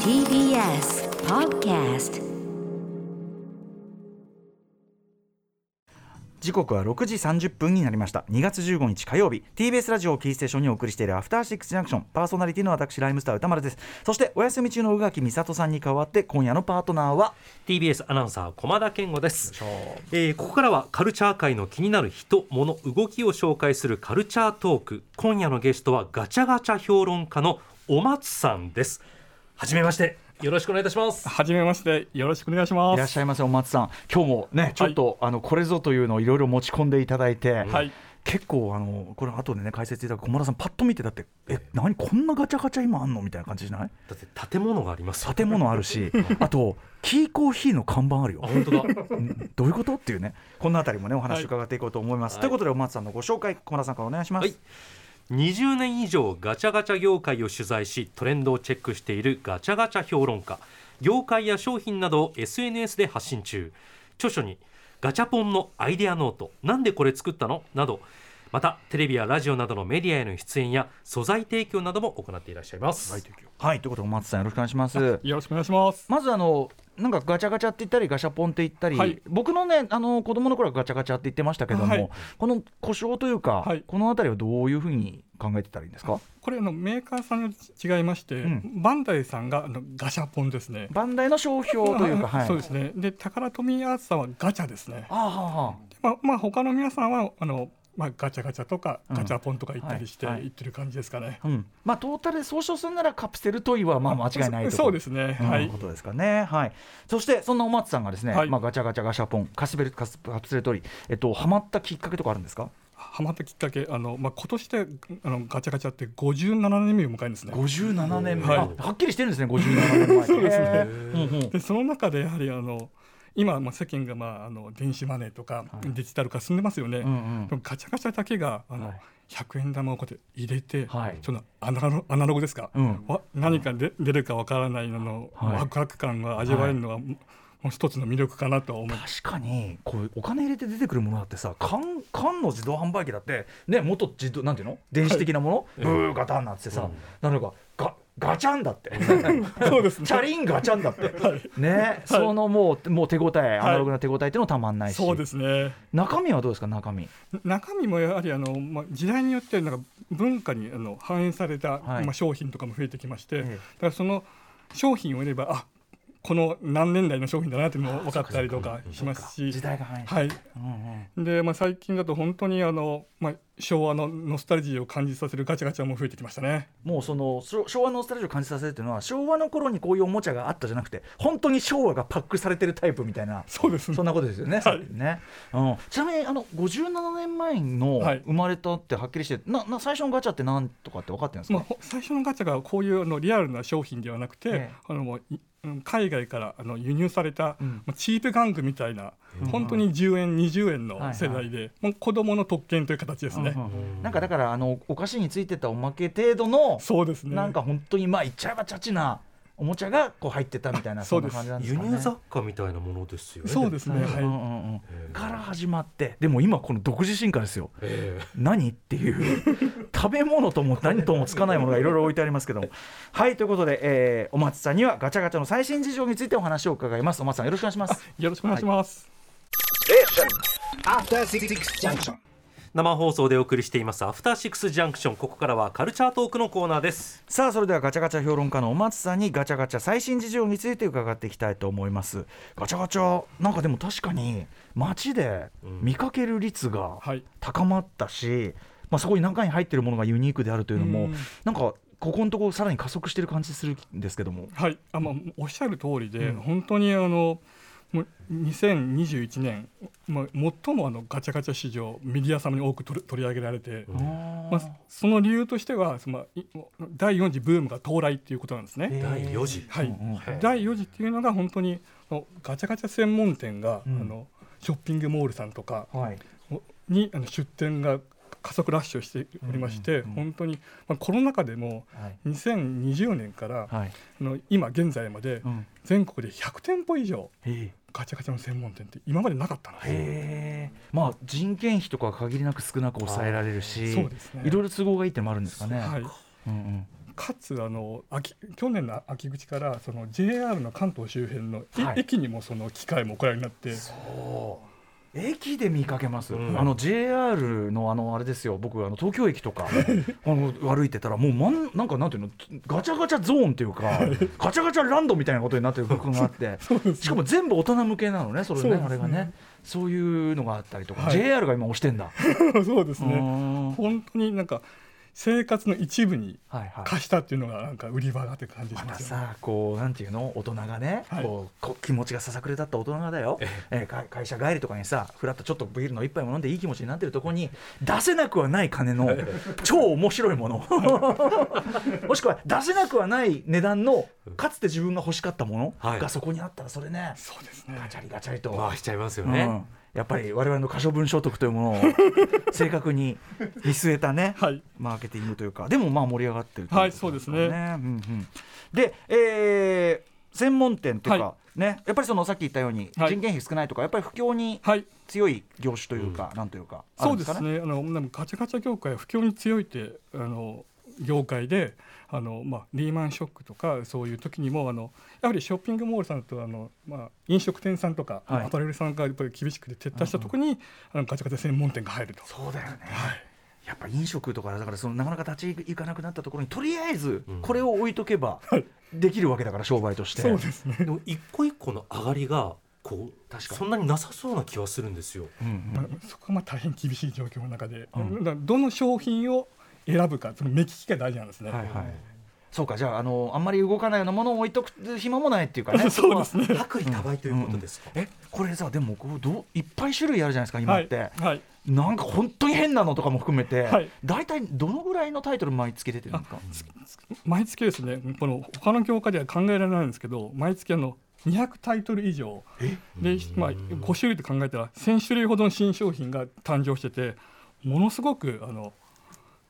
TBS Podcast 時刻は6時30分になりました2月15日火曜日 TBS ラジオをキーステーションにお送りしているアフターシックスジャンクションパーソナリティの私ライムスター歌丸ですそしてお休み中の宇垣美里さんに代わって今夜のパートナーは TBS アナウンサー駒田健吾です、えーここからはカルチャー界の気になる人物動きを紹介するカルチャートーク今夜のゲストはガチャガチャ評論家のお松さんですはじめましてよろしくお願いいたしますはじめまして、よろしくお願いします。いらっしゃいませお松さん今日もねちょっと、あのこれぞというのをいろいろ持ち込んでいただいて、はい、結構あのこれ後でね解説いただく駒田さんパッと見てだってえ何こんなガチャガチャ今あんのみたいな感じじゃないだって建物がありますよ建物ある しあとキーコーヒーの看板あるよあ本当だんどういうことっていうねこのあたりもねおは話い伺っていこうと思います、はいということでお松さんのご紹介小村さんからお願いします、はい20年以上ガチャガチャ業界を取材しトレンドをチェックしているガチャガチャ評論家業界や商品などを SNS で発信中著書に「ガチャポンのアイデアノートなんでこれ作ったの?」などまたテレビやラジオなどのメディアへの出演や素材提供なども行っていらっしゃいます、はいということでお松さんよろしくお願いしますよろしくお願いします。まずあのなんかガチャガチャって言ったりガシャポンって言ったり、はい僕のねあの子供の頃はガチャガチャって言ってましたけども、はいこの故障というか、はいこのあたりはどういうふうに考えてたらいいんです かこれあのメーカーさんより違いまして、うんバンダイさんがあのガシャポンですね。バンダイの商標というか、はい、そうですね。で、タカラトミーアーツさんはガチャですね。ああはあはあでまあ、まあ、他の皆さんはあのまあガチャガチャとかうんガチャポンとか言ったりしてはいはい言ってる感じですかね。うん、まあトータルで総称するならカプセルトイはまあ間違いないとそうそうですね。はいういこ。とですかね、はい、そしてそんなお松さんがですね、はいまあ、ガチャガチャガシャポンカスベルカスカプセルトイ、えっと、ハマったきっかけとかあるんですかハマったきっかけ、あのまあ今年であのガチャガチャって57年目を迎えるんですね。 57年はいあはっきりしてるんですね57年前 そうですね、うんうんでその中でやはりあの今まあ世間がまああの電子マネーとかはいデジタル化進んでますよね、うんでもガチャガチャだけがあの、はい100円玉をこうやって入れて、はいそのアナロアナログですか、うんわ何かで出るかわからないのの、はいワクワク感が味わえるのは、もう一つの魅力かなとは思う確かにこうお金入れて出てくるものだってさ缶缶の自動販売機だってね元自動なんていうの電子的なもの、ブーガタンなってさ、なんかガガチャンだって。そうですね チャリンガチャン だって、ね、そのもうもう手応え、アナログな手応えっていうのたまんないし、そうですね中身はどうですか中身中身もやはりあの、まあ、時代によってなんか文化にあの反映された、はいまあ、商品とかも増えてきまして、ええだからその商品を入ればあこの何年代の商品だなっていうのも分かったりとかしますし時代が早い、はいうんうんでまあ、最近だと本当にあの、まあ、昭和のノスタルジーを感じさせるガチャガチャも増えてきましたね。もうそのしょ昭和のスタジオを感じさせるっていうのは昭和の頃にこういうおもちゃがあったじゃなくて本当に昭和がパックされてるタイプみたいなそうですねそんなことですよね。はいねうん、ちなみにあの57年前のはい生まれたってはっきりして、なな最初のガチャってなんとかって分かってるんですまあか、ほ最初のガチャがこういうあのリアルな商品ではなくて、ええあのもういうん海外からあの輸入された、うんまあチープ玩具みたいな、うん本当に10円20円はいはのい世代で、もう子供の特権という形ですね。うんうんなんかだからあのお菓子についてたおまけ程度の、そうですねなんか本当にまあいっちゃえばちゃちなおもちゃがこう入ってたみたいなそそうんなです感じなんです輸かね。入雑貨みたいなものですよね、そうですすね、うんうはんうんえうんーから始まってでも今この独自進化ですよえ何っていう 食べ物とも何ともつかないものがいろいろ置いてありますけどもはいということで、えーお松さんにはガチャガチャの最新事情についてお話を伺いますお松さんよろしくお願いしますい、よろしくお願いします。 After Six Junction. 生放送でお送りしていますアフターシックスジャンクションここからはカルチャートークのコーナーですさあそれではガチャガチャ評論家のお松さんにガチャガチャ最新事情について伺っていきたいと思いますガチャガチャなんかでも確かに街で見かける率がはい高まったし、まあ、そこに中に入ってるものがユニークであるというのも、うんなんかここのところさらに加速してる感じするんですけどもはい、あまあおっしゃる通りで、うん本当にあのもう2021年、まあ、最もあのガチャガチャ市場メディア様に多く取り取り上げられて、んまあ、その理由としてはそのい第4次ブームが到来っていうことなんですね。え第4次はいうんうん第4次っていうのが本当にあのガチャガチャ専門店が、うんあのショッピングモールさんとかはい、にあの出店が加速ラッシュをしておりましうて、んうんうん本当に、まあ、コロナ禍でもはい2020年から、はいあの今現在までうん全国で100店舗以上へガチャガチャの専門店って今までなかったんですよ。えまあ人件費とかは限りなく少なく抑えられるしそうですねいろいろ都合がいいってのもあるんですかね、はい、うんうんかつあの秋去年の秋口からその JR の関東周辺の、いはい駅にもその機械もこれになってそう駅で見かけます、うんあの JR のあのあれですよ僕あの東京駅と かあの歩いてたらもうまんなんかなんていうのガチャガチャゾーンって いうかガチャガチャランドみたいなことになってる部分があってそうですしかも全部大人向けなのねそれねそうですねあれがねそういうのがあったりとか、はい JR が今押してんだ、 そうですうーねんはい本当になんか生活の一部にはい貸したっていうのがなんか売り場だって感じしままたすよね。さこうなんていうの大人がね、はいこうこ気持ちがささくれだった大人がだよ、えーか会社帰りとかにさふらっとちょっとビールの一杯も飲んでいい気持ちになってるとこに出せなくはない金の超面白いも のもしくは出せなくはない値段のかつて自分が欲しかったもはいのがそこにあったらそれねそうですガね。チャリガチャリと。回しちゃいますようんね、やっぱり我々の可処分所得というものを 正確に見据えたね、はいマーケティングというかでもまあ盛り上がってるといはいことそうですね。うんうんで、えー専門店というか、はねやっぱりそのさっき言ったようにはい人件費少ないとかやっぱり不況にはい。強い業種というか、なんというかあるそんうでですかすね。ね。あのでもガチャガチャ業界は不況に強いってあの業界で、あのまあリーマンショックとかそういう時にもあのやはりショッピングモールさんとあのまあ飲食店さんとか、はいアパレルさんがやっぱり厳しくて撤退したところに、あのガチャガチャ専門店が入ると。そうだよね。やっぱ飲食とかだからそのなかなか立ち行かなくなったところにとりあえずうんこれを置いとけばできるわけだから商売として。そうですね。 でも一個一個の上がりがこう確かにそんなになさそうな気はするんですよ。うんうんまあ、そこはまあ大変厳しい状況の中で、うんだからどの商品を選ぶかその目利きが大事なんですね。はいはい。そうかじゃああのあんまり動かないようなものを置いとく暇もないっていうかね。 そうですね。薄利多売ということですか。 えこれさでもこうどういっぱい種類あるじゃないですか今って、はい。はいなんか本当に変なのとかも含めて、はい大体どのぐらいのタイトル毎月出てるんですか毎月ですねこの他の業界では考えられないんですけど毎月あの200タイトル以上で、まあ、5種類と考えたら1000種類ほどの新商品が誕生しててものすごくあの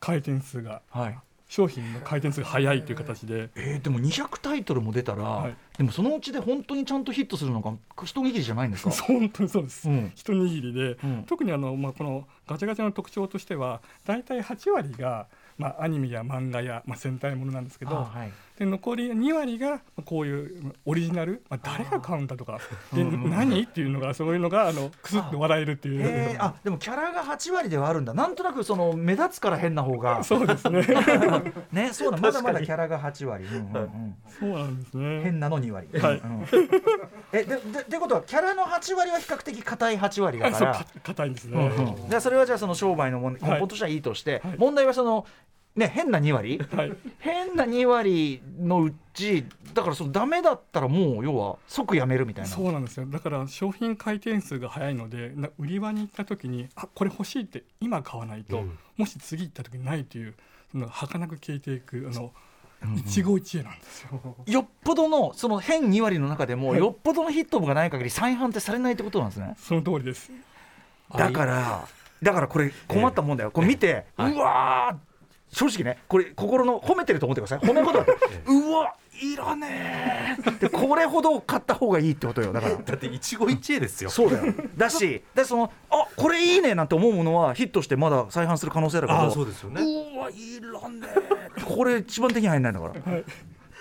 回転数がはい商品の回転数が速いという形でえー、でも200タイトルも出たら、はいでもそのうちで本当にちゃんとヒットするのが一握りじゃないんですか 本当にそうです、うん一握りで、うん特にあの、まあ、このガチャガチャの特徴としては大体8割が、まあ、アニメや漫画や、まあ、戦隊ものなんですけあど、はいで残り2割がまあこういうまあオリジナル、まあ、誰が買うんだと かでうんうんうん何っていうのがそういうのがあのくすっと笑えるっていう、えー、あでもキャラが8割ではあるんだなんとなくその目立つから変な方がそうですね ねそうだまだまだキャラが8割、うんうんうんそうなんですね変なの2割、はいうんえででってことはキャラの8割は比較的硬い8割だあかそうらか硬いんですね、じゃあそれはじゃあその商売の問題、はい根本としてはいいとして、はい問題はそのね変な2割はい変な2割のうちだからそのダメだったらもう要は即やめるみたいなそうなんですよだから商品回転数が早いのでな売り場に行った時にあこれ欲しいって今買わないと、うんもし次行った時にないというその儚く消えていくあの一期一会なんですよ、よっぽどのその変2割の中でもはいよっぽどのヒットがない限り再販ってされないってことなんですねその通りですだからだからこれ困ったもんだよこれ見て、ええはいうわー正直ねこれ心の褒めてると思ってください褒め言 葉だって、うわいらねえでこれほど買った方がいいってことよだから だって一期一会ですよ。そうだよだしでそのあこれいいねなんて思うものはヒットしてまだ再販する可能性あるけどああそうですよね。うわいらねえこれ一番手に入んないんだから、はい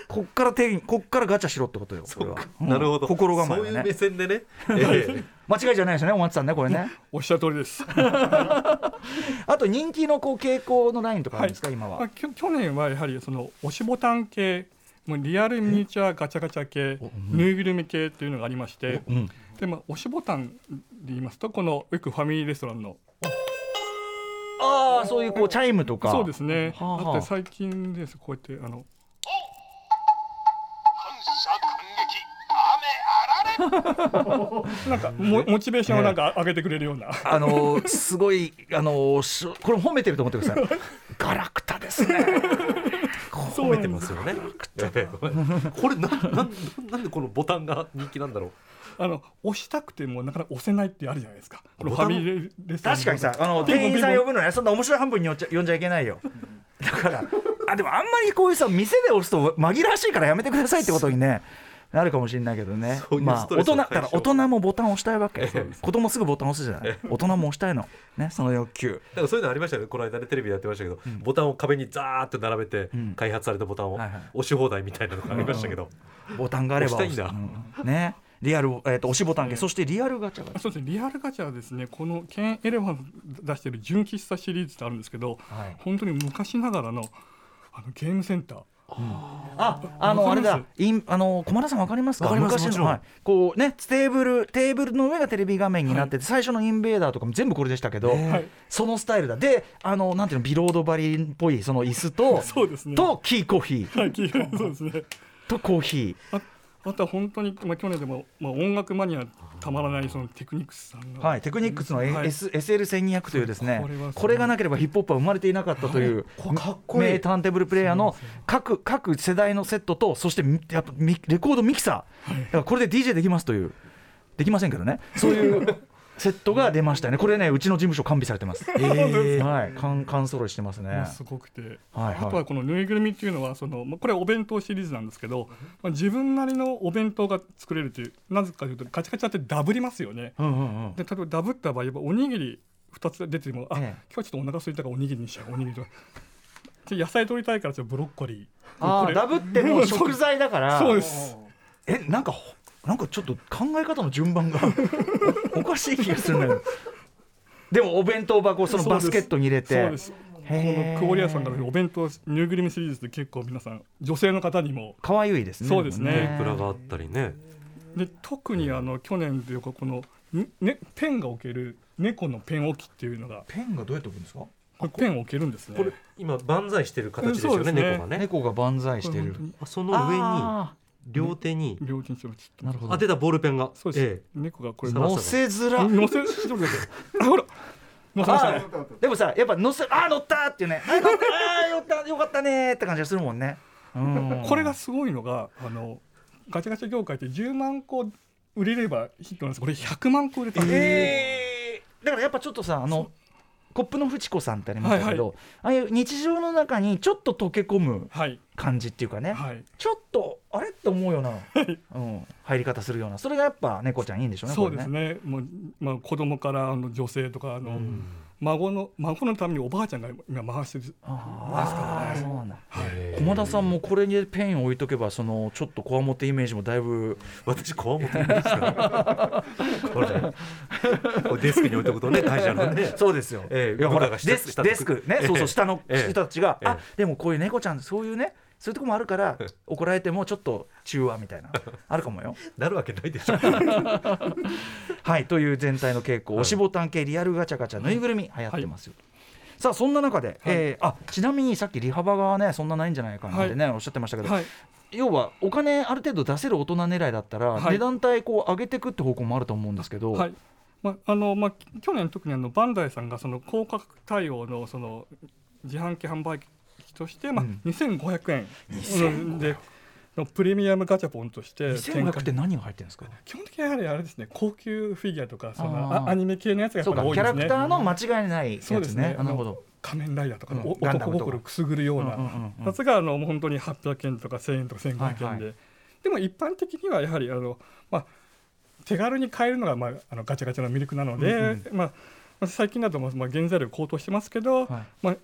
こっから手にこっからガチャしろってことよこれはうんなるほど。心構えそういはう目ね線でね。え間違いじゃないですよねお松さんねこれねおっしゃる通りですあと人気のこう傾向のラインとかあるんですか、今まあ、はきょ去年はやはりその押しボタン系もうリアルミニチュアガチャガチャ系ぬいぐるみ系というのがありまして、うんでまあ、押しボタンで言いますとこのよくファミリーレストランのああそういうこうチャイムとかそうですね、はあはあだって最近ですこうやってあの感謝感激雨あられなんかモモチベーションをなんか上げてくれるような、 あのーすごい、あのーしこれ褒めてると思ってくださいガラクタですね褒めてますよね。ええこれななんなんでこのボタンが人気なんだろう。あの押したくてもなかなか押せないってあるじゃないですかこのボフタンァミリーレストラン確かにさあのピンポン店員さん呼ぶのねそんな面白い半分によっちゃ呼んじゃいけないよだからあでもあんまりこういうさ店で押すと紛らわしいからやめてくださいってことにねなるかもしれないけどねそういうまあスト大レス人のだ解消から大人もボタン押したいわけ、そうです子供すぐボタン押すじゃない大人も押したいのねその欲求なんかそういうのありましたよねこの間ねテレビでやってましたけど、ボタンを壁にザーって並べて、うん開発されたボタンをはいはい押し放題みたいなのがありましたけど、ボタンがあれば押したいんうんねリアル、えー、と押しボタン系、そしてリアルガチャガチそうですねリアルガチャはですねこのケン・エレファン出してる純喫茶シリーズってあるんですけど、はい本当に昔ながらのあのゲームセンターャああのあわかれりますだインあの小村さんわかりますかわかりますも昔ちの、ろんはい、こうねテーブルテーブルの上がテレビ画面になってて、最初のインベーダーとかも全部これでしたけど、はいそのスタイルだであのなんていうのビロードバリっぽいその椅子とそうですねとキーコーヒーはい聞いてそうですねとコーヒああとは本当に、まあ、去年でも、まあ、音楽マニアたまらないそのテクニクスさんー、が、はい、テクニックスの、はい S SL1200 というですねこれはすごいこれがなければヒップホップは生まれていなかったというかっ名ターンテーブルプレイヤーの各各世代のセットとそしてみやっぱみレコードミキサーだからこれで DJ できますというできませんけどねそう いうセットが出ましたよねこれねうちの事務所完備されてます、はい缶缶揃いしてますもねうすごくて、はいはいあとはこのぬいぐるみっていうのはその、まあ、これはお弁当シリーズなんですけど、まあ、自分なりのお弁当が作れるというなぜかというとガチャガチャってダブりますよね。うんうんうんで例えばダブった場合はおにぎり2つ出てもあ、ええ今日はちょっとお腹空いたからおにぎりにしようおにぎりとで野菜取りたいからちょっとブロッコリあこーれダブってもう食材だからーそうですえなんかほなんかちょっと考え方の順番がおお かしい気がするんだけどでもお弁当箱をそのバスケットに入れてそうですこへーのクオリアさんからお弁当ぬいぐるみシリーズで結構皆さん女性の方にも可愛いですねそうです天ねぷらがあったりねで特にあの去年というかこの、んね、ペンが置ける猫のペン置きっていうのがペンがどうやって置くんですかこれペンを置けるんですねこれ今万歳してる形ですようんねそうですね猫がね猫が万歳してこれる本当にあその上にあ両手に両手にちょっとーなるほどあ出たボールペンがそうです、ええ猫がこれさら乗乗せづらせちょっと待ってあほら乗せましたあねーでもさやっぱ乗せあー乗ったっていうねあー乗ったあーよかったよかったねーって感じがするもんねうんこれがすごいのがあのガチャガチャ業界って10万個売れればヒットなんですこれ100万個売れたんですえーだからやっぱちょっとさあのコップのフチ子さんってありましたけど、ああいう日常の中にちょっと溶け込むはい感じっていうかね、はいちょっとあれって思うような、うん、入り方するようなそれがやっぱ猫ちゃんいいんでしょうねそうですこれねねもう、まあ、子供からあの女性とかあの、うん孫の孫のためにおばあちゃんが今回してるああそうなんだへえ駒田さんもこれにペンを置いとけばそのちょっとこわもてイメージもだいぶ私怖もってるんですからこれこれデスクに置いとく とね会社のねそうですよ。えいえやほら僕らが下デス下デスクね、ええそうそう下のええ人たちが、ええあでもこういう猫ちゃんそういうねそういうとこもあるから怒られてもちょっと中和みたいなあるかもよ。なるわけないで しょはいという全体の傾向、押しボタン系リアルガチャガチャぬいぐるみ流行ってますよ。さあそんな中で、えーあちなみにさっきリハバがねそんなないんじゃないかなってね、おっしゃってましたけど、はい要はお金ある程度出せる大人狙いだったら、はい値段帯こう上げていくって方向もあると思うんですけど、はいまあのまあ、き去年特にあのバンダイさんがその高価格対応のその自販機販売機として、まあうん2500円うんでのプレミアムガチャポンとして展2500開って何が入ってるんですか基本的にやはりあれですね高級フィギュアとかそのあーあアニメ系のやつがやそっうかぱキり多いャラですクねターの間違いないそやうでつすねね。あなるほど。仮面ライダーとか、うんおガンダ男ムとか心くすぐるようなうんうんうんうんやつがあのもう本当に800円とか1000円とか1500円で、はいはでも一般的にはやはりあの、まあ、手軽に買えるのが、まあ、あのガチャガチャの魅力なので、うんまあまあ、最近だと、まあ、まあ原材料高騰してますけど、はいまあ、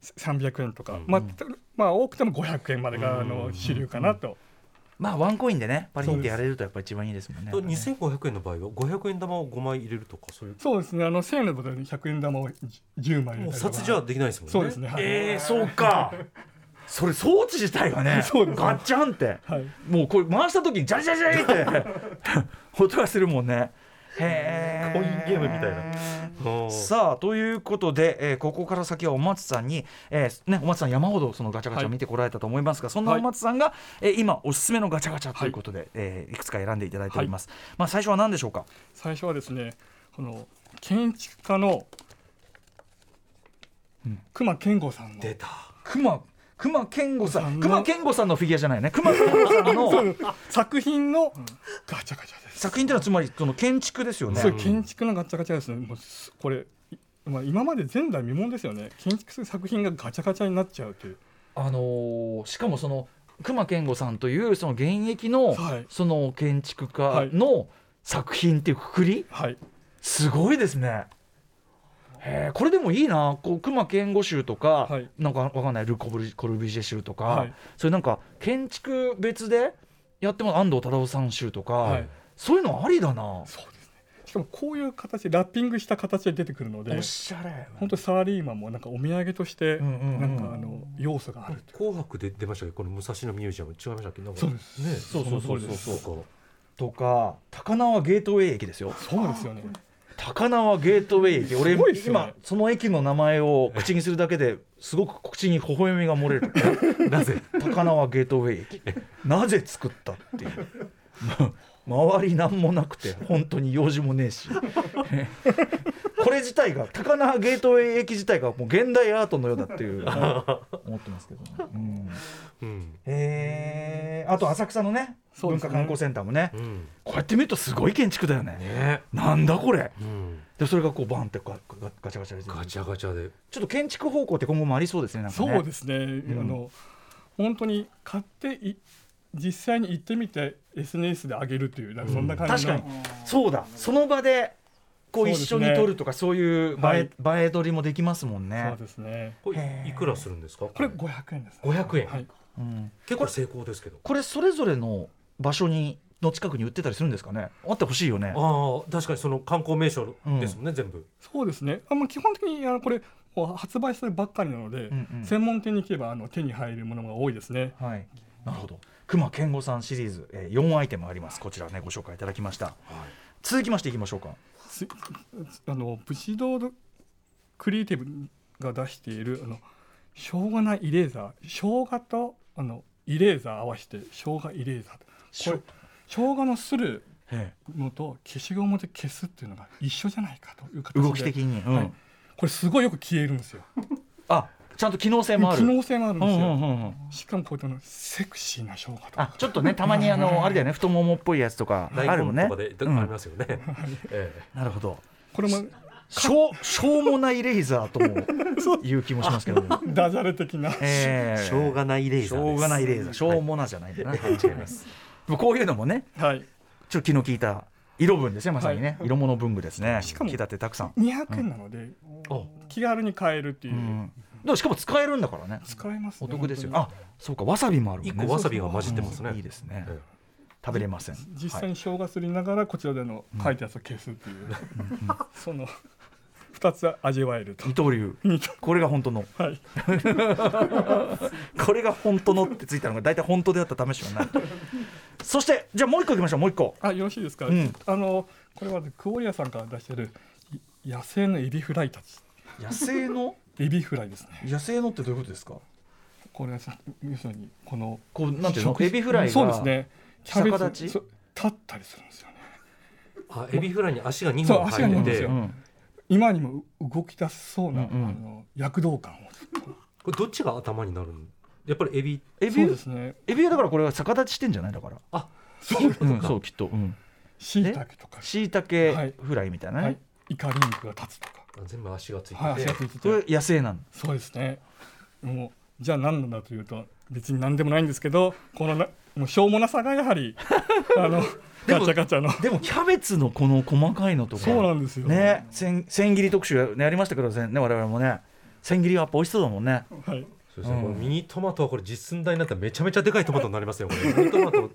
300円とか、うんまあたまあ、多くても500円までがあの主流かなと。まあワンコインでねパリンってやれるとやっぱ一番いいですもんね。二千五百円の場合は五百円玉を五枚入れるとかそういうそうですねあの1000円のボトルに100円玉を10枚入もうれたりとか札じゃできないですもんねそうですねはい、えー、そうか。それ装置自体がね、そうですねガッチャンって、はいもうこれ回した時にジャリジャリジャリって音がするもんね。へコインゲームみたいな。おーさあということで、えーここから先はお松さんに、えーね、お松さん山ほどそのガチャガチャはい見てこられたと思いますが、そんなお松さんが、えー今おすすめのガチャガチャということで、いえーいくつか選んでいただいております、まあ、最初は何でしょうか最初はですねこの建築家の熊健吾さんの出た熊熊健吾ささんんの熊健吾さんのフィギュアじゃないね熊健吾さん の作品のガチャガチャです。作品ってのはつまりその建築ですよねそう建築のガチャガチャですね。もうすこれ、いまあ今まで前代未聞ですよね。建築する作品がガチャガチャになっちゃうという。あのーしかもその隈研吾さんというその現役の、はいその建築家の作品っていうくくり、はいすごいですね。へえこれでもいいなこう熊健吾集とか、はいなんかわかんないル・コブリコルビュジェ集とか、はいそういうなんか建築別でやっても安藤忠雄さん集とか、はいそういうのありだな。しかもこういう形ラッピングした形で出てくるのでおしゃれ本当にサラリーマンもなんかお土産としてうんうんうんなんかあの要素がある紅白で出ましたけどこの武蔵野ミュージアム違いましたっけなんかそうですねそうそうそうそうそうそうとか高輪ゲートウェイ駅ですよそうですよね高輪ゲートウェイ駅俺、すごいっすよね今その駅の名前を口にするだけですごく口に微笑みが漏 れるなぜ高輪ゲートウェイ駅なぜ作ったっていうま周り何もなくて本当に用事もねえし これ自体が高輪ゲートウェイ駅自体がもう現代アートのようだっていう思ってますけど、ねうんうんえーあと浅草のねそう文です化ね観光センターもねうんねこうやって見るとすごい建築だよねえなんだこれうんでそれがこうバンってガガガチャガチャでガチちャょガチャでっと建築方向って今後もありそうですねなんかねそうですね、あの本当に買ってい実際に行ってみて SNS で上げるというなんかそんな感確じかの、にそうだその場でこうそう一です緒ねに撮るとかそういう映え,、はい映え撮りもできますもんねそうですねこへれえいくらするんですかこれ500円です、ね、 500円はい、うん結構成功ですけどこれそれぞれの場所にの近くに売ってたりするんですかねあってほしいよねああ確かにその観光名所ですもんね全部そうですねあまあ基本的にあのこれもう発売したばっかりなので、んうん専門店に行けばあの手に入るものが多いですねはいなるほど熊健吾さんシリーズ、えー、4アイテムありますこちらねご紹介いただきました、続きましていきましょうかすあのブシドードクリエイティブが出しているあの生姜なイレーザー生姜とあのイレーザー合わせて生姜イレーザーこれ生姜のするえのと消しゴムで消すっていうのが一緒じゃないかという形えで動き的に、うんはいこれすごいよく消えるんですよあちゃんと機能性もある機能性もあるんですよ、うんうんうんうんしかもこういうのセクシーな生姜とかあちょっとねたまにあのあれだよね太ももっぽいやつとかあ大るもん根ねとかであうりんますよねええなるほど これもしょうしょうもないレイザーとも言う気もしますけども、ダジャレ的な、えーしょうがないレーしザーですょうがないレイザーしょうもなじゃないんだな、違いますこういうのもねはいちょっと気の利いた色分ですねまさにね、はい色物文具ですねしかも木立てたくさん、 200円なのであ気軽に買えるっていうう、ん、でもしかも使えるんだからね使えますおね得ですよ本あそうかわさびもあるもん一ね個わさびが混じってますねうんいいですね、え食べれません当に実際に生姜すりながらこちらでの書いたやつを消すっていう、 その2つ味わえると二刀流二刀これが本当のはいこれが本当のってついたのが大体本当であった試しはないそしてじゃあもう一個いきましょうもう一個あよろしいですか、うんあのこれはねクオリアさんから出してるい野生のエビフライたち野生のエビフライですね野生のってどういうことですかこれはさ要するにこのこうなんていうの食エビフライがそうですねキャベ逆ツ立ちそう立ったりするんですよねあエビフライに足が2そう本足が二入っ本でてすようん今にも動き出しそううな、んうんあの躍動感をこれどっちが頭になるのやっぱりエビエそうビですねエビはだからこれは逆立ちしてんじゃないだからあそううんそうきっとうんしいたけとか、しいたけいフライみたいなはねい、イカリングが立つとか全部足がついてて、はい、足がついてこてれ野生なのそうですねもうじゃあ何なんだというと別に何でもないんですけどこのなもうしょうもなさがやは りあのでガもチャガチャのでもキャベツのこの細かいのとかそうなんですよね千千切り特集ねやりましたけどね我々もね千切りはやっぱ美味しそうだもんねはい、そうですね、うんこのミニトマトはこれ実寸大になったらめちゃめちゃでかいトマトになりますよ これミニトマト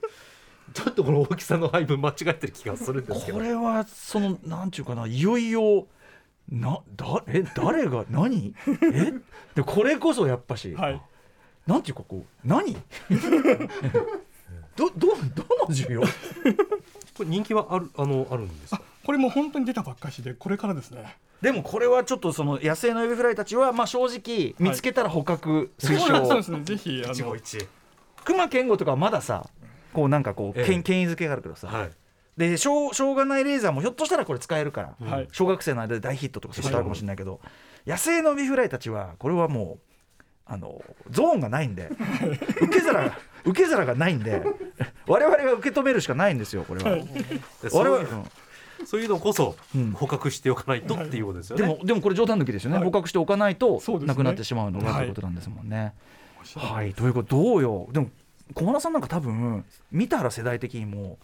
ちょっとこの大きさの配分間違ってる気がするんですけどこれはそのなんていうかないよいよなだえ誰が 何えでこれこそやっぱし、はい、なんていうかこう何 どどどの需要これ人気はあるあのあるんですかこれもう本当に出たばっかしでこれからですねでもこれはちょっとその野生のエビフライたちはまあ正直見つけたら捕獲推奨、そうですねぜひあの一期熊健吾とかはまださこうなんかこう、ええけん権威づけがあるけどさ、はいでしょうしょうがないレーザーもひょっとしたらこれ使えるから、んはい小学生の間で大ヒットとかそういうことあるかもしれないけど、野生のビフライたちはこれはもうあのゾーンがない んで受け皿が受け皿がないんで我々が受け止めるしかないんですよこれは。でそ我う々いううんそういうのこそうん捕獲しておかないとっていうことですよでね、もでもこれ冗談抜きですよね、はい捕獲しておかないとそうですねなくなってしまうのがはといいうことなんですもんね。はい、ということどうよでも小原さんなんか多分見たら世代的にも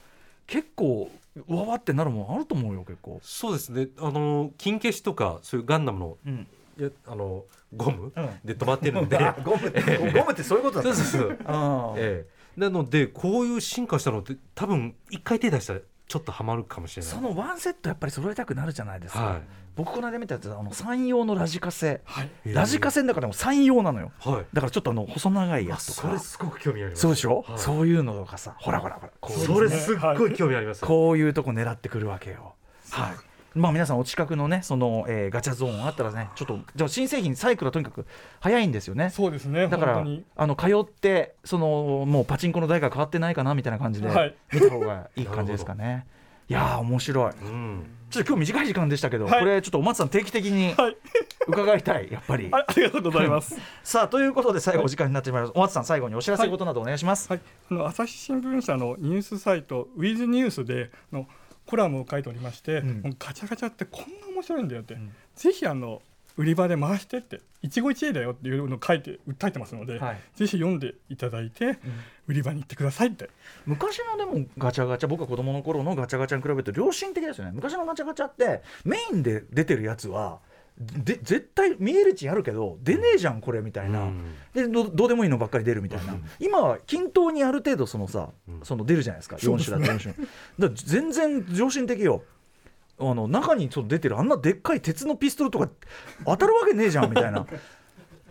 結構うわわってなるもんあると思うよ結構。そうですねあの金消しとかそういうガンダムのうんいやあのゴムうんで止まってるんで、 あゴムゴムってそういうことそだうっそう そうたのうんええ、なのでこういう進化したのって多分一回手出したらちょっとハマるかもしれないそのワンセットやっぱり揃えたくなるじゃないですか、はい僕この間見たやつあの山陽のラジカセ、はいええラジカセの中でも山陽なのよはいだからちょっとあの細長いやあつとそかれすごく興味ありますそうでしょ、はいそういうのとかさほらほらほらこうそれすっごい興味ありますこういうとこ狙ってくるわけよ。はいまあ皆さんお近くのねその、えーガチャゾーンあったらねちょっとじゃあ新製品サイクルはとにかく早いんですよねそうですね だか本ら当にあの通ってそのもうパチンコの台が変わってないかなみたいな感じではい見た方がいい感じですか ね。いやー面白いうん、ちょっと今日短い時間でしたけど、はいこれちょっとお松さん定期的にはい伺いたいやっぱり。ああ りがとうございます さあということで最後お時間になってまいりますお松さん最後にお知らせはいことなどお願いします。はい、あの朝日新聞社のニュースサイト「ウィズニュースでのコラムを書いておりまして、んもうガチャガチャってこんな面白いんだよって、んぜひあの売り場で回してって一期一会だよっていうのを書いて訴えてますので、はいぜひ読んでいただいて、売り場に行ってくださいって昔のでもガチャガチャ僕が子供の頃のガチャガチャに比べて良心的ですよね昔のガチャガチャってメインで出てるやつはで絶対見える位置にあるけど出ねえじゃんこれみたいな、うんでどどうでもいいのばっかり出るみたいな今は均等にある程度そのさ、うんその出るじゃないですか4種だって4種だから全然良心的よあの中にその出てるあんなでっかい鉄のピストルとか当たるわけねえじゃんみたい な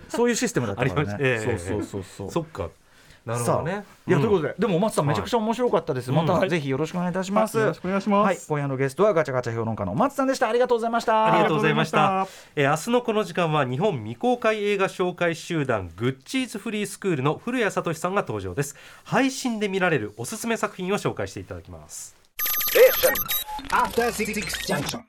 そういうシステムだったからねありましたええそうそうそうそうそっかなるほどねさあいやうんということで、でも松さんめちゃくちゃ面白かったです。はいまうたんぜひよろしくお願いいたします。はいよろしくお願いしますはい、今夜のゲストはガチャガチャ評論家の松さんでした。ありがとうございました。ありがとうございましたありがとうございまえー明日のこの時間は日本未公開映画紹介集団グッチーズフリースクールの古谷聡さんが登場です配信で見られるおすすめ作品を紹介していただきます After Six Junction.